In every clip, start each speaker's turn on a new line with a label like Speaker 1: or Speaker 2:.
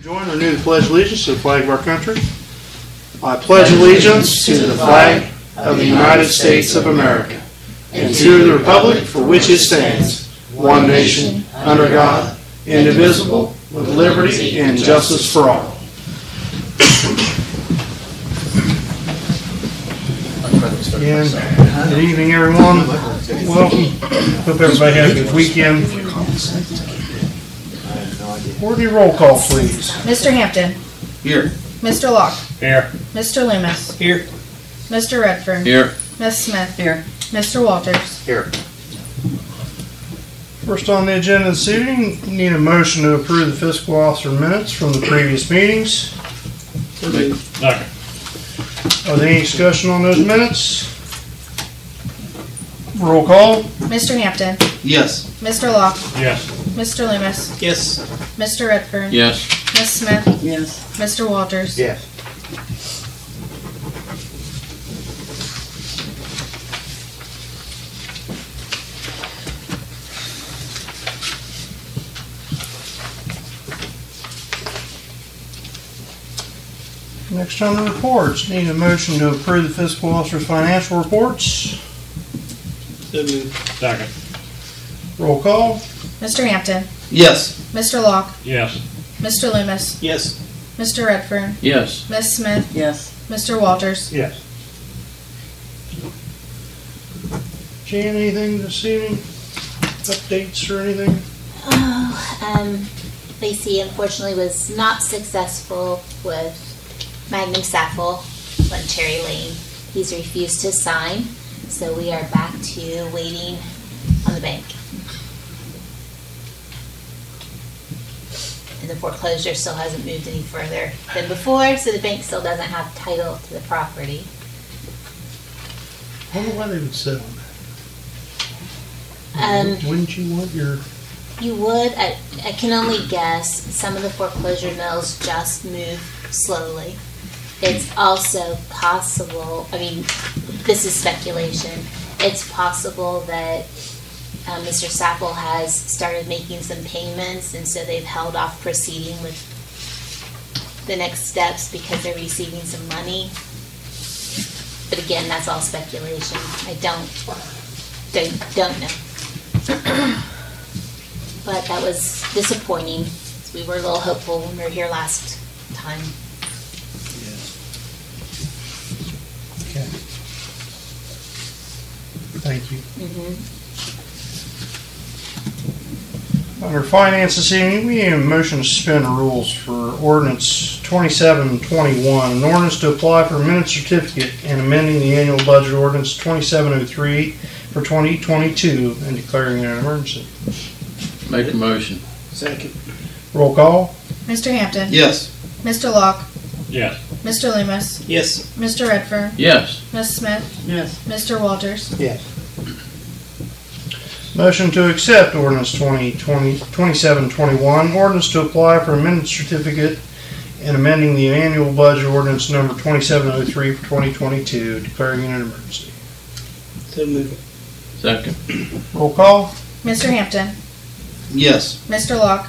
Speaker 1: Join renew the pledge of allegiance to the flag of our country. I pledge allegiance to the flag of the United States of America and to the republic for which it stands, one nation, under God, indivisible, with liberty and justice for all. And good evening, everyone. Welcome. Hope everybody had a good weekend. Courtney, roll call, please.
Speaker 2: Mr. Hampton.
Speaker 3: Here.
Speaker 2: Mr. Locke.
Speaker 1: Here.
Speaker 2: Mr. Loomis.
Speaker 1: Here.
Speaker 2: Mr. Redfern.
Speaker 3: Here.
Speaker 2: Ms. Smith. Here. Mr. Walters.
Speaker 1: Here. First on the agenda this evening, need a motion to approve the fiscal officer minutes from the previous meetings. Are there any discussion on those minutes? Roll call?
Speaker 2: Mr. Hampton.
Speaker 3: Yes.
Speaker 2: Mr. Locke.
Speaker 1: Yes.
Speaker 2: Mr. Loomis.
Speaker 3: Yes.
Speaker 2: Mr. Redfern.
Speaker 3: Yes.
Speaker 2: Ms. Smith.
Speaker 4: Yes,
Speaker 2: Mr. Walters.
Speaker 1: Yes. Next on the reports, need a motion to approve the fiscal officer's financial reports.
Speaker 5: Second.
Speaker 1: Roll call?
Speaker 2: Mr. Hampton.
Speaker 3: Yes.
Speaker 2: Mr. Locke.
Speaker 5: Yes.
Speaker 2: Mr. Loomis.
Speaker 3: Yes.
Speaker 2: Mr. Redfern.
Speaker 3: Yes.
Speaker 2: Ms. Smith.
Speaker 4: yes,
Speaker 2: Mr. Walters.
Speaker 1: Yes. Jan, anything this evening? Updates or anything?
Speaker 6: Um, Lacey unfortunately was not successful with Magnum Sappho on Cherry Lane. He's refused to sign, so we are back to waiting on the bank. And the foreclosure still hasn't moved any further than before, so the bank still doesn't have title to the property.
Speaker 1: I wonder why they would sit on
Speaker 6: Um,
Speaker 1: that. Wouldn't you want your,
Speaker 6: You would. I, I can only guess. Some of the foreclosure mills just move slowly. It's also possible. I mean, this is speculation. It's possible that uh, Mr. Sapple has started making some payments, and so they've held off proceeding with the next steps because they're receiving some money. But again, that's all speculation. I don't don't don't know but that was disappointing. We were a little hopeful when we were here last time.
Speaker 1: okay. Thank you. Under finance this evening, we need a motion to suspend the rules for ordinance twenty-seven twenty-one, an ordinance to apply for a minute certificate and amending the annual budget ordinance twenty-seven oh three for twenty twenty-two and declaring an emergency.
Speaker 3: Make a motion.
Speaker 4: second,
Speaker 1: Roll call?
Speaker 2: Mr. Hampton.
Speaker 3: Yes.
Speaker 2: Mr. Locke.
Speaker 5: Yes.
Speaker 2: Mr. Loomis.
Speaker 4: yes,
Speaker 2: Mr. Redfern.
Speaker 3: Yes.
Speaker 2: Ms. Smith.
Speaker 4: yes,
Speaker 2: Mr. Walters.
Speaker 1: Motion to accept ordinance 2027-21, ordinance to apply for amended certificate and amending the annual budget ordinance number 2703 for 2022, declaring an emergency.
Speaker 4: so move,
Speaker 3: Second.
Speaker 1: Roll call?
Speaker 2: Mr. Hampton.
Speaker 3: Yes.
Speaker 2: Mr. Locke.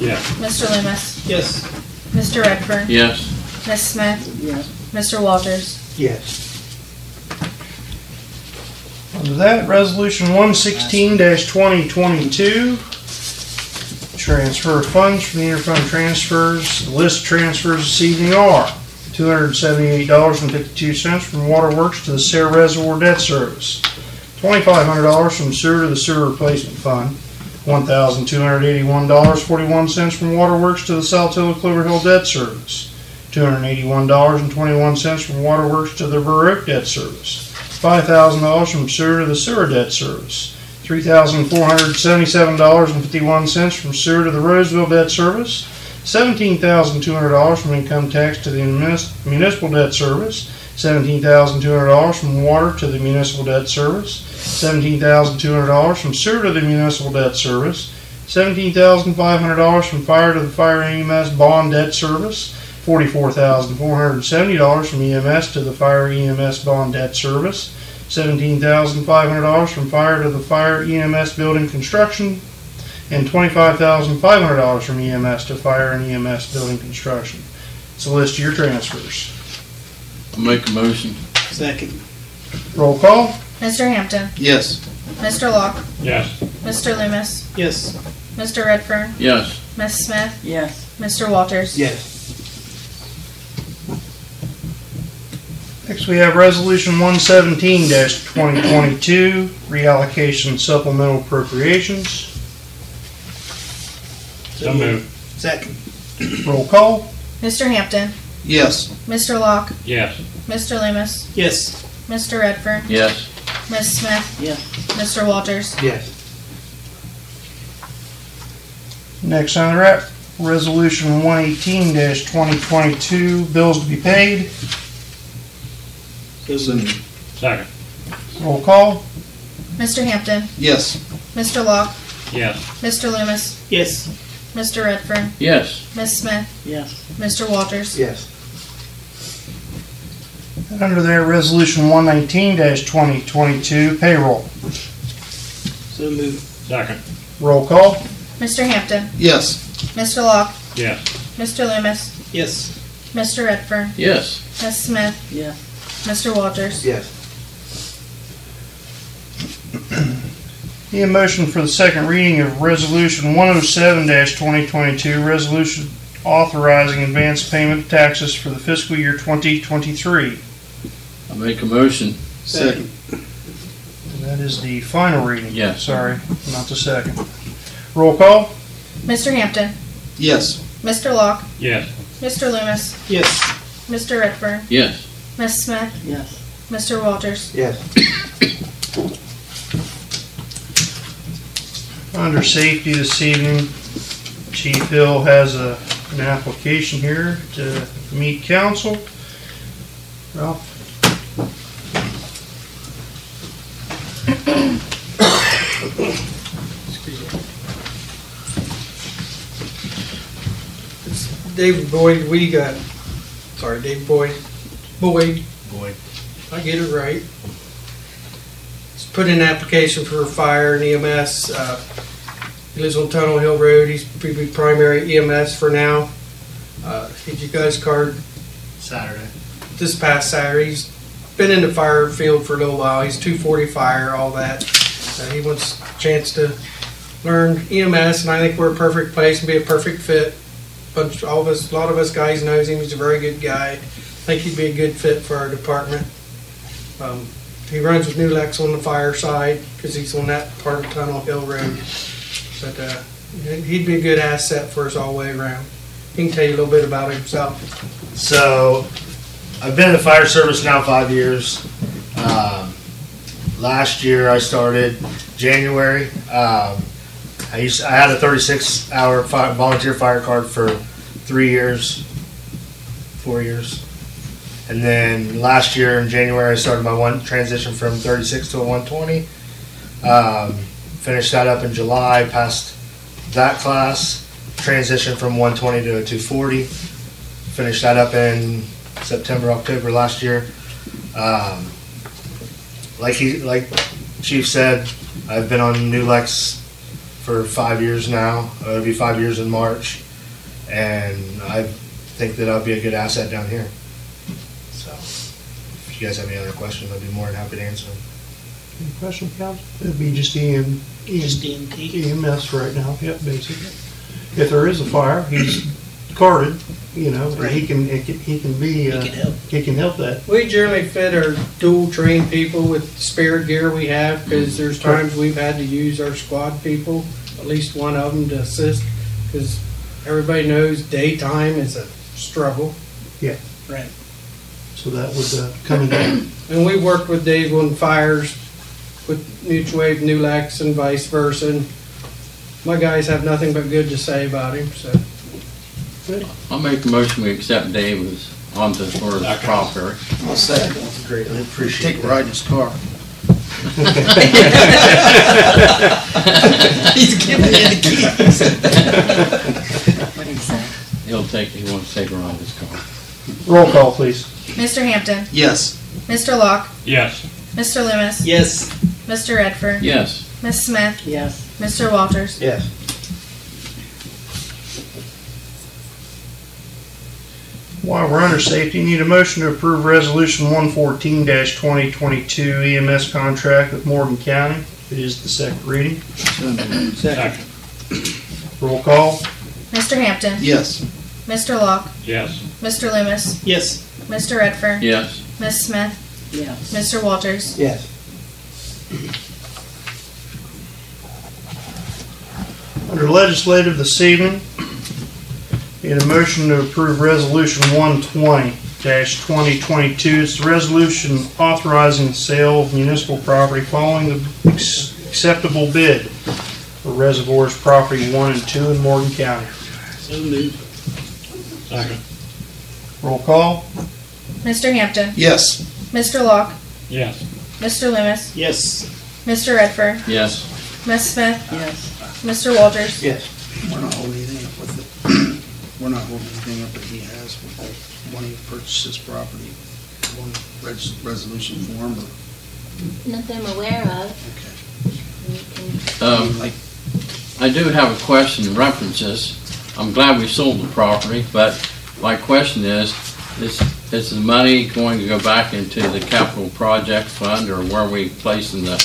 Speaker 5: Yes.
Speaker 2: Mr. Loomis.
Speaker 4: yes,
Speaker 2: Mr. Redfern.
Speaker 3: Yes.
Speaker 2: Ms. Smith.
Speaker 4: yes,
Speaker 2: Mr. Walters.
Speaker 1: Yes. Under that, resolution 116-2022, transfer of funds from the interfund transfers. The list of transfers this evening are $278.52 from Water Works to the Sarah Reservoir Debt Service, $2,500 from sewer to the sewer replacement fund, $1,281.41 from Water Works to the Saltillo Clover Hill Debt Service, $281.21 from Waterworks to the Baroque debt service, $5,000 from sewer to the sewer debt service, $3,477.51 from sewer to the Roseville debt service, $17,200 from income tax to the munis- municipal debt service, $17,200 from water to the municipal debt service, $17,200 from sewer to the municipal debt service, $17,500 from fire to the fire EMS bond debt service, forty-four thousand four hundred and seventy dollars from EMS to the fire EMS bond debt service, E seventeen thousand five hundred dollars from fire to the fire EMS building construction, and twenty-five thousand five hundred dollars from EMS to fire and EMS building construction. It's a list of your transfers.
Speaker 3: I'll make a motion.
Speaker 4: Second.
Speaker 1: Roll call?
Speaker 2: Mr. Hampton.
Speaker 3: Yes.
Speaker 2: Mr. Locke.
Speaker 5: yes,
Speaker 2: Mr. Loomis.
Speaker 4: Yes.
Speaker 2: Mr. Redfern.
Speaker 3: Yes.
Speaker 2: Miss Smith.
Speaker 7: yes,
Speaker 2: Mr. Walters.
Speaker 4: Yes.
Speaker 1: Next, we have Resolution one seventeen twenty twenty-two, reallocation supplemental appropriations.
Speaker 5: so moved,
Speaker 4: Second.
Speaker 1: Roll call?
Speaker 2: Mr. Hampton.
Speaker 3: Yes.
Speaker 2: Mr. Locke.
Speaker 5: yes,
Speaker 2: Mr. Loomis.
Speaker 4: Yes.
Speaker 2: Mr. Redfern.
Speaker 3: Yes.
Speaker 2: Miss Smith.
Speaker 7: yes,
Speaker 2: Mr. Walters.
Speaker 4: Yes.
Speaker 1: Next on the rep, Resolution one eighteen twenty twenty-two, bills to be paid.
Speaker 4: So moved.
Speaker 5: second,
Speaker 1: Roll call?
Speaker 2: Mr. Hampton.
Speaker 3: Yes.
Speaker 2: Mr. Locke.
Speaker 5: yes,
Speaker 2: Mr. Loomis.
Speaker 4: Yes.
Speaker 2: Mr. Redfern.
Speaker 3: Yes.
Speaker 2: Miss Smith.
Speaker 7: yes,
Speaker 2: Mr. Walters.
Speaker 4: Yes.
Speaker 1: Under there, Resolution one nineteen twenty twenty-two, payroll.
Speaker 4: So moved.
Speaker 5: second,
Speaker 1: Roll call?
Speaker 2: Mr. Hampton.
Speaker 3: Yes.
Speaker 2: Mr. Locke.
Speaker 5: yes,
Speaker 2: Mr. Loomis.
Speaker 4: Yes.
Speaker 2: Mr. Redfern.
Speaker 3: Yes.
Speaker 2: Miss Smith.
Speaker 7: yes,
Speaker 2: Mr. Walters.
Speaker 4: Yes.
Speaker 1: Need a motion for the second reading of Resolution 107-2022, resolution authorizing advance payment of taxes for the fiscal year 2023.
Speaker 3: I'll make a motion.
Speaker 4: Second.
Speaker 1: And that is the final reading.
Speaker 3: Yes.
Speaker 1: Sorry, not the second. Roll call?
Speaker 2: Mr. Hampton.
Speaker 3: Yes.
Speaker 2: Mr. Locke.
Speaker 5: yes,
Speaker 2: Mr. Loomis.
Speaker 4: Yes.
Speaker 2: Mr. Redfern.
Speaker 3: Yes.
Speaker 2: Miss Smith.
Speaker 7: yes,
Speaker 2: Mr. Walters.
Speaker 4: Yes.
Speaker 1: Under safety this evening, Chief Hill has a, an application here to meet council. Ralph?
Speaker 8: It's David Boyd, we got, sorry, David Boyd, Boyd. Boyd. I get it right. He's put in an application for fire and EMS. uh, He lives on Tunnel Hill Road, he's be- be primary EMS for now. Uh, Did you guys card? Saturday. This past Saturday, he's been in the fire field for a little while, he's two forty fire, all that. Uh, He wants a chance to learn EMS, and I think we're a perfect place and be a perfect fit bunch, all of us, a lot of us guys knows him. He's a very good guy. I think he'd be a good fit for our department. Um, he runs with Newlex on the fire side because he's on that part of Tunnel Hill Road. But uh, he'd be a good asset for us all the way around. He can tell you a little bit about himself.
Speaker 9: So, I've been in the fire service now five years. Um, last year I started January. Um, I used I had a 36 hour fire, volunteer fire card for three years, four years, and then last year in January I started my one transition from 36 to a 120. Um, finished that up in July. Passed that class. Transitioned from 120 to a 240 finished that up in September, October last year. Um, like he, like Chief said, I've been on New Lex for five years now. Uh, It'll be five years in March, and I think that I'll be a good asset down here. So, if you guys have any other questions, I'd be more than happy to answer them.
Speaker 1: Any questions, council? It'd be just E Ian. Ian
Speaker 4: Just E DMT.
Speaker 1: EMS E right now, yep, basically. If there is a fire, he's carded, you know, and he can, he can- he can be,
Speaker 4: He
Speaker 1: uh,
Speaker 4: can help.
Speaker 1: he can help that.
Speaker 8: We generally fit our dual trained people with spare gear we have because there's times we've had to use our squad people, at least one of them to assist because everybody knows daytime is a struggle.
Speaker 4: Right.
Speaker 1: So that would uh, come in handy.
Speaker 8: And we worked with Dave on fires with Mutual Wave, Newlax, and vice versa. And my guys have nothing but good to say about him, so.
Speaker 3: I'll make a motion we accept Davis onto for the proper.
Speaker 4: I'll second.
Speaker 9: Greatly appreciate
Speaker 3: Take a ride in his car.
Speaker 4: He's giving me the keys.
Speaker 7: what do you say?
Speaker 3: He'll take, he wants to take a ride in his car.
Speaker 1: Roll call, please.
Speaker 2: Mr. Hampton.
Speaker 3: Yes.
Speaker 2: Mr. Locke.
Speaker 5: yes,
Speaker 2: Mr. Loomis.
Speaker 4: Yes.
Speaker 2: Mr. Redfern.
Speaker 3: Yes.
Speaker 2: Miss Smith.
Speaker 7: Yes,
Speaker 2: Mr. Walters.
Speaker 4: Yes.
Speaker 1: While we're under safety, need a motion to approve Resolution one fourteen twenty twenty-two EMS contract with Morgan County. It is the second reading.
Speaker 4: Second.
Speaker 1: Roll call.
Speaker 2: Mr. Hampton.
Speaker 4: Yes.
Speaker 2: Mr. Locke.
Speaker 5: Yes.
Speaker 2: Mr. Loomis.
Speaker 4: Yes.
Speaker 2: Mr. Redfern.
Speaker 3: Yes,
Speaker 2: Ms. Smith.
Speaker 7: yes.
Speaker 2: Mr. Walters.
Speaker 4: Yes.
Speaker 1: Under legislative this evening, need a motion to approve Resolution 120-2022. It's the resolution authorizing the sale of municipal property following the ex- acceptable bid for reservoirs property 1 and 2 in Morgan County.
Speaker 4: So moved.
Speaker 5: Second.
Speaker 1: Roll call.
Speaker 2: Mr. Hampton.
Speaker 4: Yes.
Speaker 2: Mr. Locke.
Speaker 5: Yes.
Speaker 2: Mr. Loomis.
Speaker 4: Yes.
Speaker 2: Mr. Redfern.
Speaker 3: yes,
Speaker 2: Ms. Smith.
Speaker 7: Yes.
Speaker 2: Mr. Walters.
Speaker 4: We're not holding anything up with it. We're not holding anything up that he has with that when he purchases property. One res- resolution form, but,
Speaker 6: Not that I'm aware of.
Speaker 4: okay.
Speaker 6: And you can
Speaker 3: um,
Speaker 4: Like,
Speaker 3: I do have a question in references. I'm glad we sold the property, but my question is, is, is the money going to go back into the capital project fund or where are we placing the,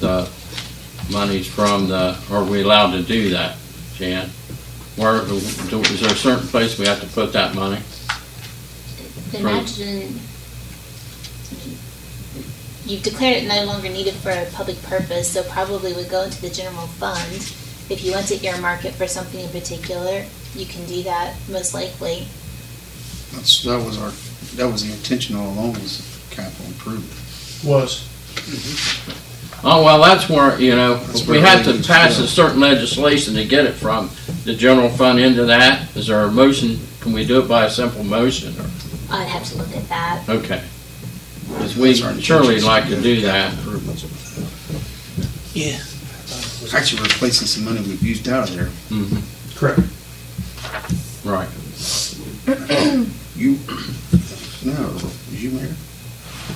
Speaker 3: the monies from the, are we allowed to do that, Jan? Where, do- is there a certain place we have to put that money?
Speaker 6: imagine you've declared it no longer needed for a public purpose, so probably would go into the general fund. If you want to earmark it for something in particular, you can do that most likely.
Speaker 10: That's, that was our, that was the intention all along, was capital improvement.
Speaker 1: Was.
Speaker 3: Oh, well, that's where, you know,
Speaker 10: That's
Speaker 3: we
Speaker 10: where
Speaker 3: have to
Speaker 10: things
Speaker 3: pass
Speaker 10: go.
Speaker 3: a certain legislation to get it from the general fund into that. Is there a motion? Can we do it by a simple motion? or-
Speaker 6: I'd have to look at that.
Speaker 3: Okay. Because we
Speaker 10: That's our intention,
Speaker 3: surely
Speaker 10: so
Speaker 3: like to
Speaker 10: we
Speaker 3: do
Speaker 10: have
Speaker 3: that.
Speaker 10: capital improvements with that.
Speaker 4: Yeah.
Speaker 10: Actually, we're replacing some money we've used out of there.
Speaker 3: Mhm.
Speaker 1: Correct.
Speaker 3: Right.
Speaker 10: You, no, was you mayor?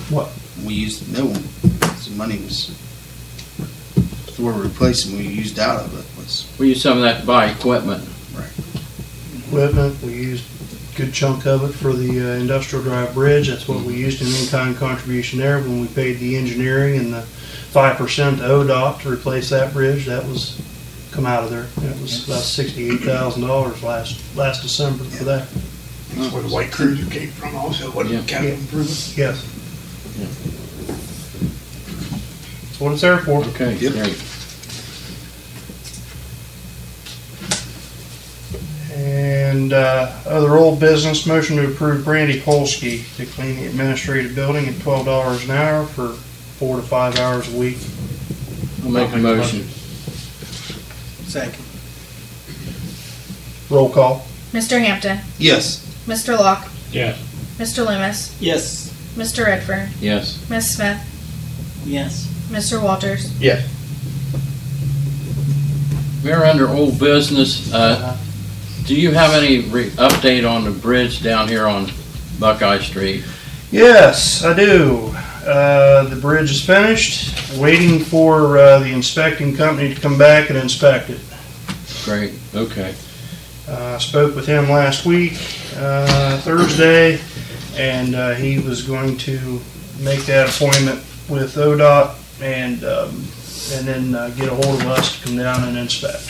Speaker 1: What?
Speaker 10: We used, no, some money was, we're replacing, we used out of it, was,
Speaker 3: We use some of that to buy equipment.
Speaker 1: Equipment, we used a good chunk of it for the uh, industrial drive bridge. That's what we used in in-kind contribution there when we paid the engineering and the 5% to ODOT to replace that bridge. That was, come out of there. That was about $68,000 last, last December for that.
Speaker 5: That's where the white cruiser came from also,
Speaker 3: Yeah.
Speaker 5: wasn't it? Capital improvement?
Speaker 1: Yes. That's what it's there for.
Speaker 3: Okay.
Speaker 10: Yep.
Speaker 3: great.
Speaker 1: And uh, other old business, motion to approve Brandy Polsky to clean the administrative building at twelve dollars an hour for four to five hours a week.
Speaker 3: I'll make a motion.
Speaker 4: Second.
Speaker 1: Roll call.
Speaker 2: Mr. Hampton.
Speaker 10: yes,
Speaker 2: Mr. Locke.
Speaker 5: Yes.
Speaker 2: Mr. Loomis.
Speaker 4: Yes.
Speaker 2: Mr. Redfern.
Speaker 3: Yes.
Speaker 2: Ms. Smith.
Speaker 7: Yes.
Speaker 2: Mr. Walters.
Speaker 3: Mayor, under old business, uh, do you have any re- update on the bridge down here on Buckeye Street?
Speaker 1: Yes, I do. Uh, the bridge is finished, waiting for uh, the inspecting company to come back and inspect it.
Speaker 3: Great, okay.
Speaker 1: Uh, I spoke with him last week, uh, Thursday, and uh, he was going to make that appointment with ODOT and um, and then uh, get a hold of us to come down and inspect.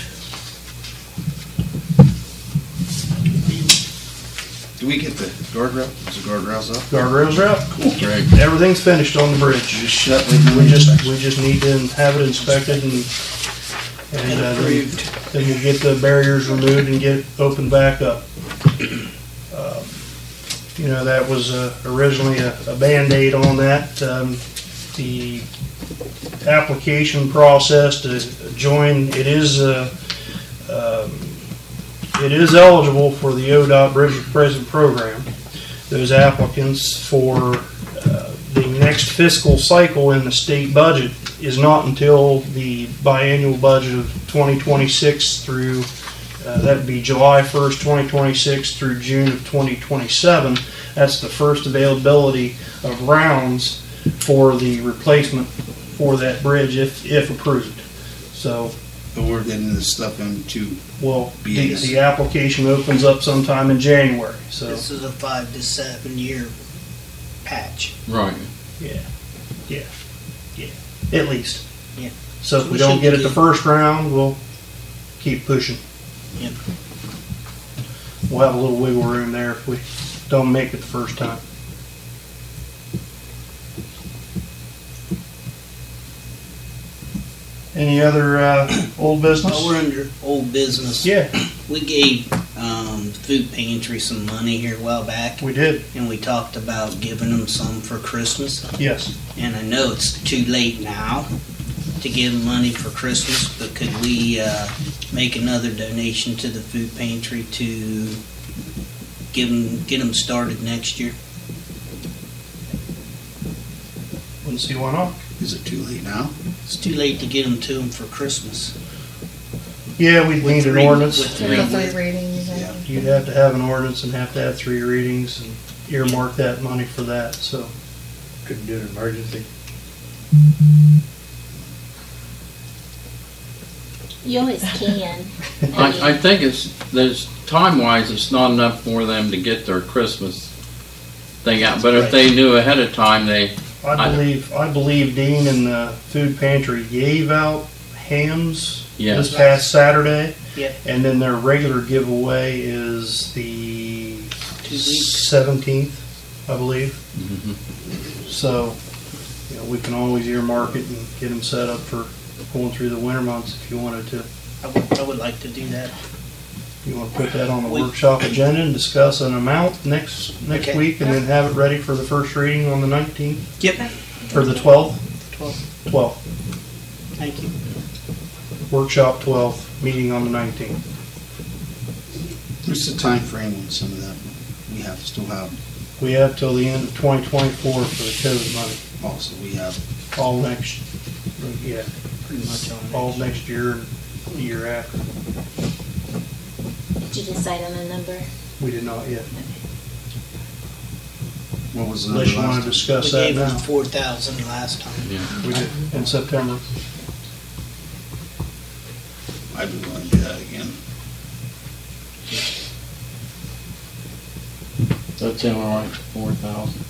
Speaker 10: do we get the guardrail, is the guardrails up?
Speaker 1: Guardrails are up.
Speaker 3: Great.
Speaker 1: Everything's finished on the bridge.
Speaker 10: Just shut, wait,
Speaker 1: We just we just need to have it inspected and and uh, then we'll get the barriers removed and get it opened back up. Um, You know, that was uh, originally a, a Band-Aid on that. Um, the application process to join, it is, uh, um, it is eligible for the ODOT Bridge Present Program. Those applicants for uh, the next fiscal cycle in the state budget is not until the biannual budget of 2026 through, uh, that'd be July 1st, 2026 through June of 2027. That's the first availability of rounds for the replacement for that bridge if, if approved. So
Speaker 10: But we're getting this stuff into,
Speaker 1: Well, the,
Speaker 10: Yes.
Speaker 1: the application opens up sometime in January, so,
Speaker 11: This is a five to seven year patch.
Speaker 3: Right.
Speaker 1: yeah, yeah, yeah, at least.
Speaker 11: Yeah.
Speaker 1: So if
Speaker 11: So
Speaker 1: we
Speaker 11: we
Speaker 1: don't
Speaker 11: should
Speaker 1: get it the
Speaker 11: begin.
Speaker 1: first round, we'll keep pushing.
Speaker 11: Yeah.
Speaker 1: We'll have a little wiggle room there if we don't make it the first time. Any other, uh, old business?
Speaker 11: Well, we're under old business.
Speaker 1: Yeah.
Speaker 11: We gave um, food pantry some money here a while back,
Speaker 1: We did,
Speaker 11: and we talked about giving them some for Christmas.
Speaker 1: yes.
Speaker 11: And I know it's too late now to give them money for Christmas, but could we uh, make another donation to the food pantry to give them get them started next year?
Speaker 1: Wouldn't see why not.
Speaker 10: is it too late now?
Speaker 11: It's too late to get them to them for Christmas.
Speaker 1: Yeah, we'd need an
Speaker 11: three-
Speaker 1: ordinance.
Speaker 11: with
Speaker 2: Three
Speaker 11: three-
Speaker 2: readings. I
Speaker 10: Yeah.
Speaker 2: think.
Speaker 1: You'd have to have an ordinance and have to have three readings and earmark that money for that, so.
Speaker 5: Couldn't do an emergency.
Speaker 6: You always can.
Speaker 3: I, I think it's, there's, time-wise, it's not enough for them to get their Christmas thing out, but if they knew ahead of time, they,
Speaker 1: I
Speaker 3: I-
Speaker 1: believe, I believe Dean and the food pantry gave out hams this
Speaker 3: yes,
Speaker 1: past Saturday.
Speaker 11: Yep.
Speaker 1: And then their regular giveaway is the
Speaker 11: Two weeks.
Speaker 1: seventeenth, I believe.
Speaker 3: Mhm.
Speaker 1: So, you know, we can always earmark it and get them set up for going through the winter months if you wanted to.
Speaker 11: I would, I would like to do that.
Speaker 1: You want to put that on the
Speaker 11: We-
Speaker 1: workshop agenda and discuss an amount next, next
Speaker 11: Okay.
Speaker 1: week and then have it ready for the first reading on the nineteenth,
Speaker 11: Yep.
Speaker 1: or the twelfth,
Speaker 11: Twelve.
Speaker 1: twelfth,
Speaker 11: Thank you.
Speaker 1: workshop twelfth, meeting on the nineteenth.
Speaker 10: What's the time frame on some of that? We have, still have,
Speaker 1: We have till the end of twenty twenty-four for the COVID money,
Speaker 10: also, we have
Speaker 1: all next, yeah,
Speaker 11: Pretty much on that.
Speaker 1: all next year and the year after.
Speaker 6: Did you decide on a number?
Speaker 1: We did not yet,
Speaker 10: What was the number
Speaker 1: unless you want
Speaker 10: last
Speaker 1: to
Speaker 10: time?
Speaker 1: discuss
Speaker 11: We
Speaker 1: that
Speaker 11: gave
Speaker 1: now.
Speaker 11: them four thousand last time.
Speaker 3: yeah.
Speaker 1: We did, in September.
Speaker 10: I'd be willing to do that again.
Speaker 3: That's in all right, four thousand,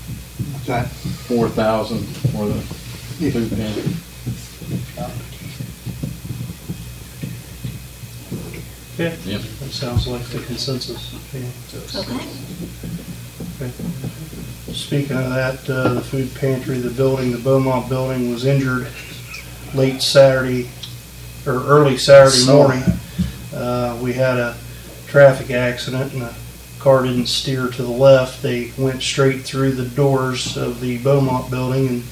Speaker 5: What's that?
Speaker 3: four thousand for the food pantry.
Speaker 1: Okay.
Speaker 3: Yep.
Speaker 1: That sounds like the consensus. yeah.
Speaker 6: Okay.
Speaker 1: Speaking of that, uh, the food pantry, the building, the Beaumont building was injured late Saturday, or early Saturday
Speaker 10: Saw
Speaker 1: morning. Uh, we had a traffic accident and the car didn't steer to the left. They went straight through the doors of the Beaumont building and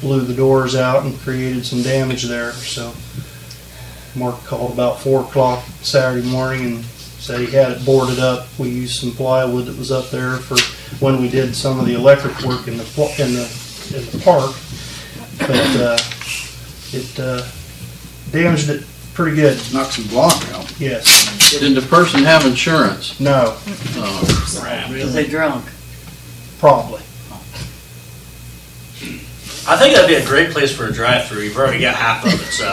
Speaker 1: blew the doors out and created some damage there, so. Mark called about four o'clock Saturday morning and said he had it boarded up. We used some plywood that was up there for when we did some of the electric work in the, pl- in the, in the park. But, uh, it, uh, damaged it pretty good,
Speaker 10: Knock some block out.
Speaker 1: yes.
Speaker 3: Did the person have insurance?
Speaker 1: No,
Speaker 3: Oh,
Speaker 7: Was they drunk?
Speaker 1: probably.
Speaker 12: I think that'd be a great place for a drive-through. You've already got half of it, so.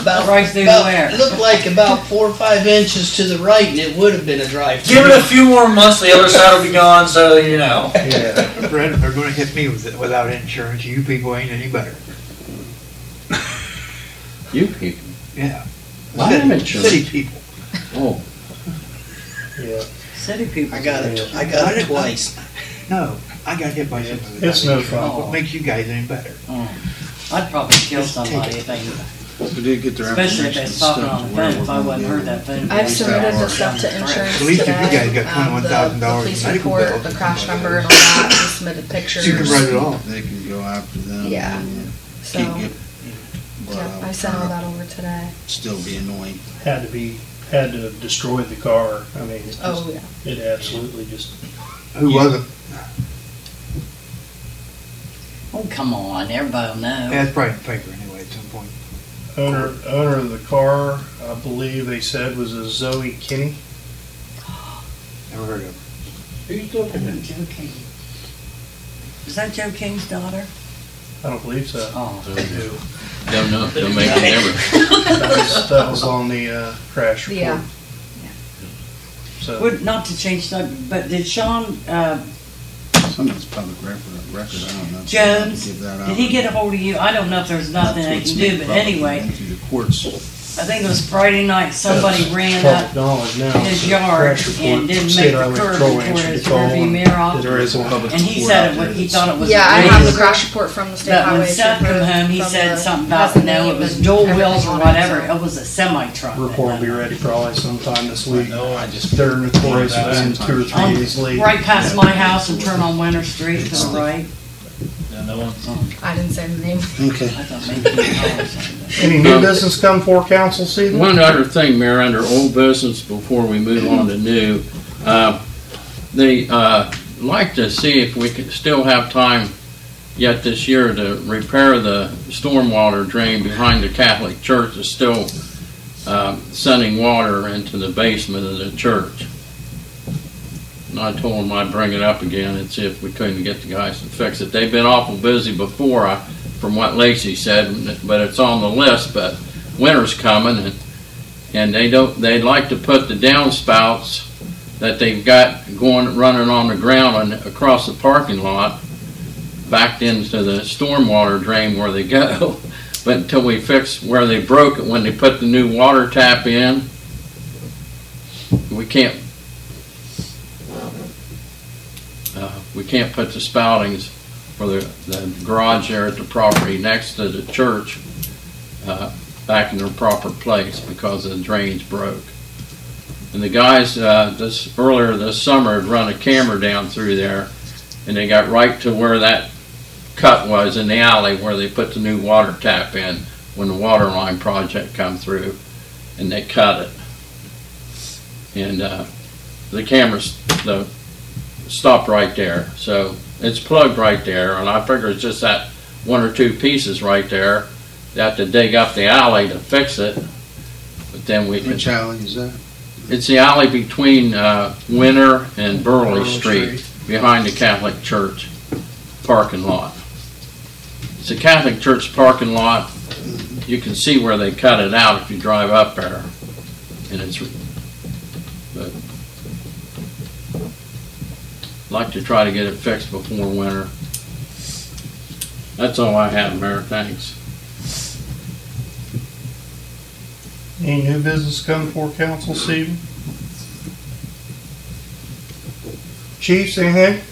Speaker 11: About
Speaker 7: Right through
Speaker 11: about-
Speaker 7: where?
Speaker 11: It looked like about four or five inches to the right, and it would have been a drive-through.
Speaker 12: Give it a few more months, the other side will be gone, so you know.
Speaker 1: Yeah,
Speaker 5: Brad, if they're gonna hit me with it without insurance, you people ain't any better.
Speaker 3: you people,
Speaker 5: Yeah.
Speaker 3: I have
Speaker 5: City-
Speaker 3: insurance.
Speaker 5: City people.
Speaker 3: oh,
Speaker 1: yeah.
Speaker 7: City people.
Speaker 11: I got it. I got it twice.
Speaker 5: No, I got hit by something without
Speaker 1: It's no
Speaker 5: insurance.
Speaker 1: problem.
Speaker 5: What makes you guys any better?
Speaker 7: Oh. I'd probably kill somebody if they,
Speaker 10: We did get their
Speaker 7: especially if
Speaker 10: information
Speaker 7: they
Speaker 10: and
Speaker 7: was talking
Speaker 10: stuff
Speaker 7: on
Speaker 10: to
Speaker 7: the
Speaker 10: where
Speaker 7: phone, if I
Speaker 10: we're gonna
Speaker 7: wouldn't
Speaker 10: be
Speaker 7: heard
Speaker 10: able
Speaker 7: that phone.
Speaker 10: to
Speaker 2: I've
Speaker 10: police
Speaker 2: submitted
Speaker 10: our-
Speaker 2: the stuff to insurance
Speaker 5: At least if you
Speaker 2: today.
Speaker 5: guys got
Speaker 2: Um, the-
Speaker 5: $21,000
Speaker 2: The police
Speaker 5: medical
Speaker 2: report,
Speaker 5: bills
Speaker 2: the
Speaker 5: and
Speaker 2: crash
Speaker 5: somebody
Speaker 2: number and all that, we submitted pictures.
Speaker 5: You can write it off.
Speaker 10: They can go after them.
Speaker 2: Yeah.
Speaker 10: and
Speaker 2: So,
Speaker 10: Keep it.
Speaker 2: yeah, I sent all that over today.
Speaker 10: uh, Still be annoying.
Speaker 1: Had to be, had to destroy the car. I mean, it
Speaker 2: Oh,
Speaker 1: just,
Speaker 2: yeah.
Speaker 1: it absolutely just,
Speaker 5: Who was it?
Speaker 7: Oh, come on, everybody will know.
Speaker 5: Yeah, it's probably in the paper anyway at some point.
Speaker 1: owner, owner of the car, I believe they said was a Zoe Kinney.
Speaker 5: Never heard of it.
Speaker 1: Who's looking
Speaker 7: Oh, Joe King. Is that Joe King's daughter?
Speaker 1: I don't believe so.
Speaker 7: Oh,
Speaker 1: I do.
Speaker 3: Don't know, don't make it ever.
Speaker 1: That was, that was on the uh, crash report.
Speaker 7: Yeah.
Speaker 1: So
Speaker 7: Would, not to change subject, but did Sean, uh,
Speaker 10: Something's public record, record, I don't know.
Speaker 7: Jones,
Speaker 10: Give that
Speaker 7: did he
Speaker 10: out.
Speaker 7: get a hold of you? I don't know if there's nothing I
Speaker 10: That's what's
Speaker 7: can
Speaker 10: made
Speaker 7: do, but
Speaker 10: public
Speaker 7: anyway,
Speaker 10: Through the courts.
Speaker 7: I think it was Friday night, somebody ran
Speaker 1: public
Speaker 7: up
Speaker 1: knowledge now.
Speaker 7: his yard
Speaker 1: Crash report,
Speaker 7: and didn't
Speaker 1: state
Speaker 7: make the
Speaker 1: highway
Speaker 7: curve
Speaker 1: patrol
Speaker 7: and tore
Speaker 1: answered
Speaker 7: his
Speaker 1: the call
Speaker 7: rearview
Speaker 1: on-
Speaker 7: mirror off.
Speaker 1: There is a public
Speaker 7: And he
Speaker 1: report
Speaker 7: said
Speaker 1: out
Speaker 7: it,
Speaker 1: there
Speaker 7: wa- he
Speaker 1: that's-
Speaker 7: thought it was.
Speaker 2: Yeah, I have the
Speaker 7: raised.
Speaker 2: crash report from the state
Speaker 7: But
Speaker 2: highway.
Speaker 7: when Seth come
Speaker 2: superintendent
Speaker 7: home, he
Speaker 2: from
Speaker 7: said
Speaker 2: the-
Speaker 7: something
Speaker 2: has
Speaker 7: about,
Speaker 2: the
Speaker 7: no,
Speaker 2: name
Speaker 7: it was
Speaker 2: and
Speaker 7: dual wheels
Speaker 2: everything
Speaker 7: or
Speaker 2: on it,
Speaker 7: whatever,
Speaker 2: so-
Speaker 7: it was a semi truck.
Speaker 1: report will be ready probably sometime this week. No, I just. They're notorious for being two or three days late.
Speaker 7: Right past my house and turn on Winter Street to the right.
Speaker 2: I didn't say the name.
Speaker 10: Okay.
Speaker 7: I thought maybe he called or something.
Speaker 1: Any new business come for council this evening?
Speaker 3: One other thing, Mayor, under old business before we move on to new, uh, they, uh, like to see if we could still have time yet this year to repair the stormwater drain behind the Catholic church that's still, uh, sending water into the basement of the church. And I told them I'd bring it up again and see if we couldn't get the guys to fix it. They've been awful busy before, I- from what Lacey said, but it's on the list, but winter's coming and, and they don't, they'd like to put the downspouts that they've got going, running on the ground and across the parking lot backed into the stormwater drain where they go. But until we fix where they broke it, when they put the new water tap in, we can't, uh, we can't put the spoutings for the, the garage there at the property next to the church, uh, back in their proper place because the drains broke. And the guys, uh, this, earlier this summer had run a camera down through there and they got right to where that cut was in the alley where they put the new water tap in when the water line project come through and they cut it. And, uh, the cameras, the, stopped right there. So it's plugged right there and I figure it's just that one or two pieces right there they have to dig up the alley to fix it, but then we can,
Speaker 10: Which alley is that?
Speaker 3: it's the alley between, uh, Winter and Burley
Speaker 10: Burley
Speaker 3: Street, behind the Catholic Church parking lot. It's a Catholic Church parking lot, you can see where they cut it out if you drive up there, and it's, but, like to try to get it fixed before winter. That's all I have, Mayor, thanks.
Speaker 1: Any new business come for council this evening? Chiefs, anything?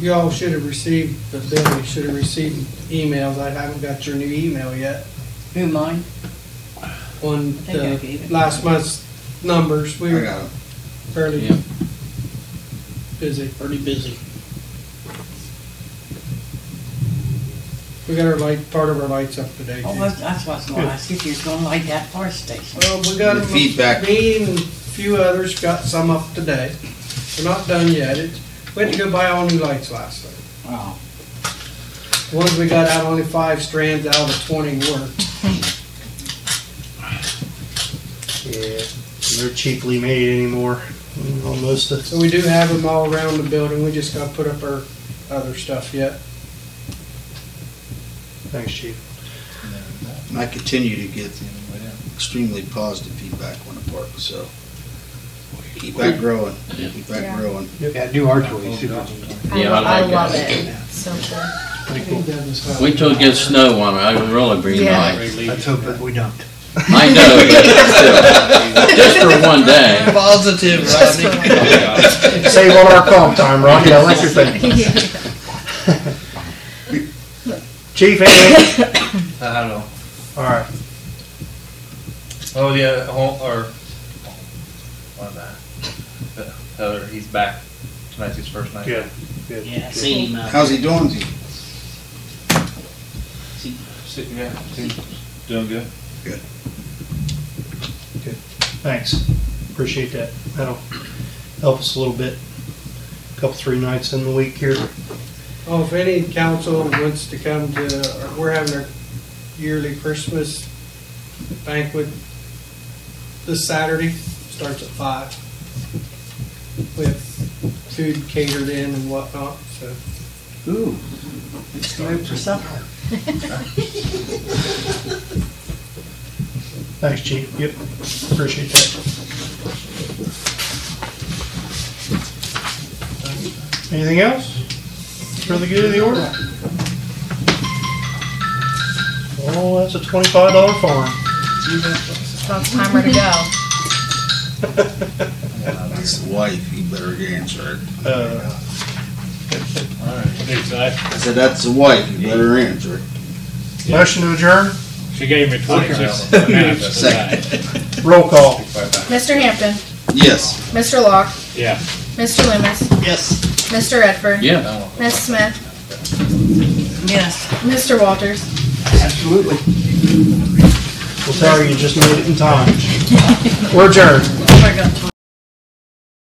Speaker 8: Y'all should have received, the bill, you should have received emails, I haven't got your new email yet.
Speaker 7: Who, mine?
Speaker 8: On
Speaker 7: think I
Speaker 8: the
Speaker 7: gave it.
Speaker 8: last month's numbers, we
Speaker 10: I
Speaker 8: were
Speaker 10: got it.
Speaker 8: fairly
Speaker 3: Yeah.
Speaker 8: busy.
Speaker 11: Pretty busy.
Speaker 8: We got our light, part of our lights up today.
Speaker 7: Oh, that's- that's what's going on, I see if you're going like that fire station.
Speaker 8: Well, we got
Speaker 10: The feedback.
Speaker 8: Me and a few others got some up today. We're not done yet. It, we had to go buy all new lights last night.
Speaker 7: Wow.
Speaker 8: The ones we got out only five strands out of the twenty were.
Speaker 1: Yeah. They're cheaply made anymore, almost.
Speaker 8: So we do have them all around the building. We just gotta put up our other stuff yet.
Speaker 1: Thanks, chief.
Speaker 10: And I continue to get extremely positive feedback on the park, so keep that growing, keep
Speaker 2: Yeah.
Speaker 10: that growing.
Speaker 5: Yeah, new archway, super.
Speaker 3: Yeah, I
Speaker 2: I
Speaker 3: like it.
Speaker 2: love it. It's So cool.
Speaker 3: Wait till it gets snow on it, I would really be
Speaker 2: Yeah.
Speaker 3: nice.
Speaker 5: Let's hope that we don't.
Speaker 3: I know, but still, just for one day.
Speaker 10: Positive, Rodney.
Speaker 1: Save all our comp time, Rocky, I like your thinking. Chief, anything?
Speaker 13: I don't know.
Speaker 1: All right,
Speaker 13: Oh yeah, home, or my bad. Heather, he's back. Tonight's his first night.
Speaker 1: good, good.
Speaker 11: Yeah, I seen him out.
Speaker 10: How's he doing? Is he-
Speaker 13: Si- Yeah, he's doing good.
Speaker 1: Thanks, appreciate that. That'll help us a little bit. Couple, three nights in the week here.
Speaker 8: Oh, if any council wants to come to, we're having our yearly Christmas banquet this Saturday, starts at five. With food catered in and whatnot, so.
Speaker 7: Ooh. It's time for supper.
Speaker 1: Thanks, Chief. Yep, appreciate that. Anything else for the good of the order? Oh, that's a twenty-five dollar farm.
Speaker 2: About time to go.
Speaker 10: That's the wife, you better answer it.
Speaker 1: Uh,
Speaker 10: I said, that's the wife, you better answer it.
Speaker 1: Motion to adjourn?
Speaker 14: She gave me twenty-six minutes tonight.
Speaker 1: Second. Roll call.
Speaker 2: Mr. Hampton,
Speaker 10: Yes.
Speaker 2: Mr. Locke,
Speaker 14: Yeah.
Speaker 2: Mr. Loomis. Yes. Mr. Redford.
Speaker 3: Yeah.
Speaker 2: Ms. Smith. Yes. Mr. Walters.
Speaker 1: Absolutely. We'll tell her you just made it in time. We're adjourned.
Speaker 2: Oh my God.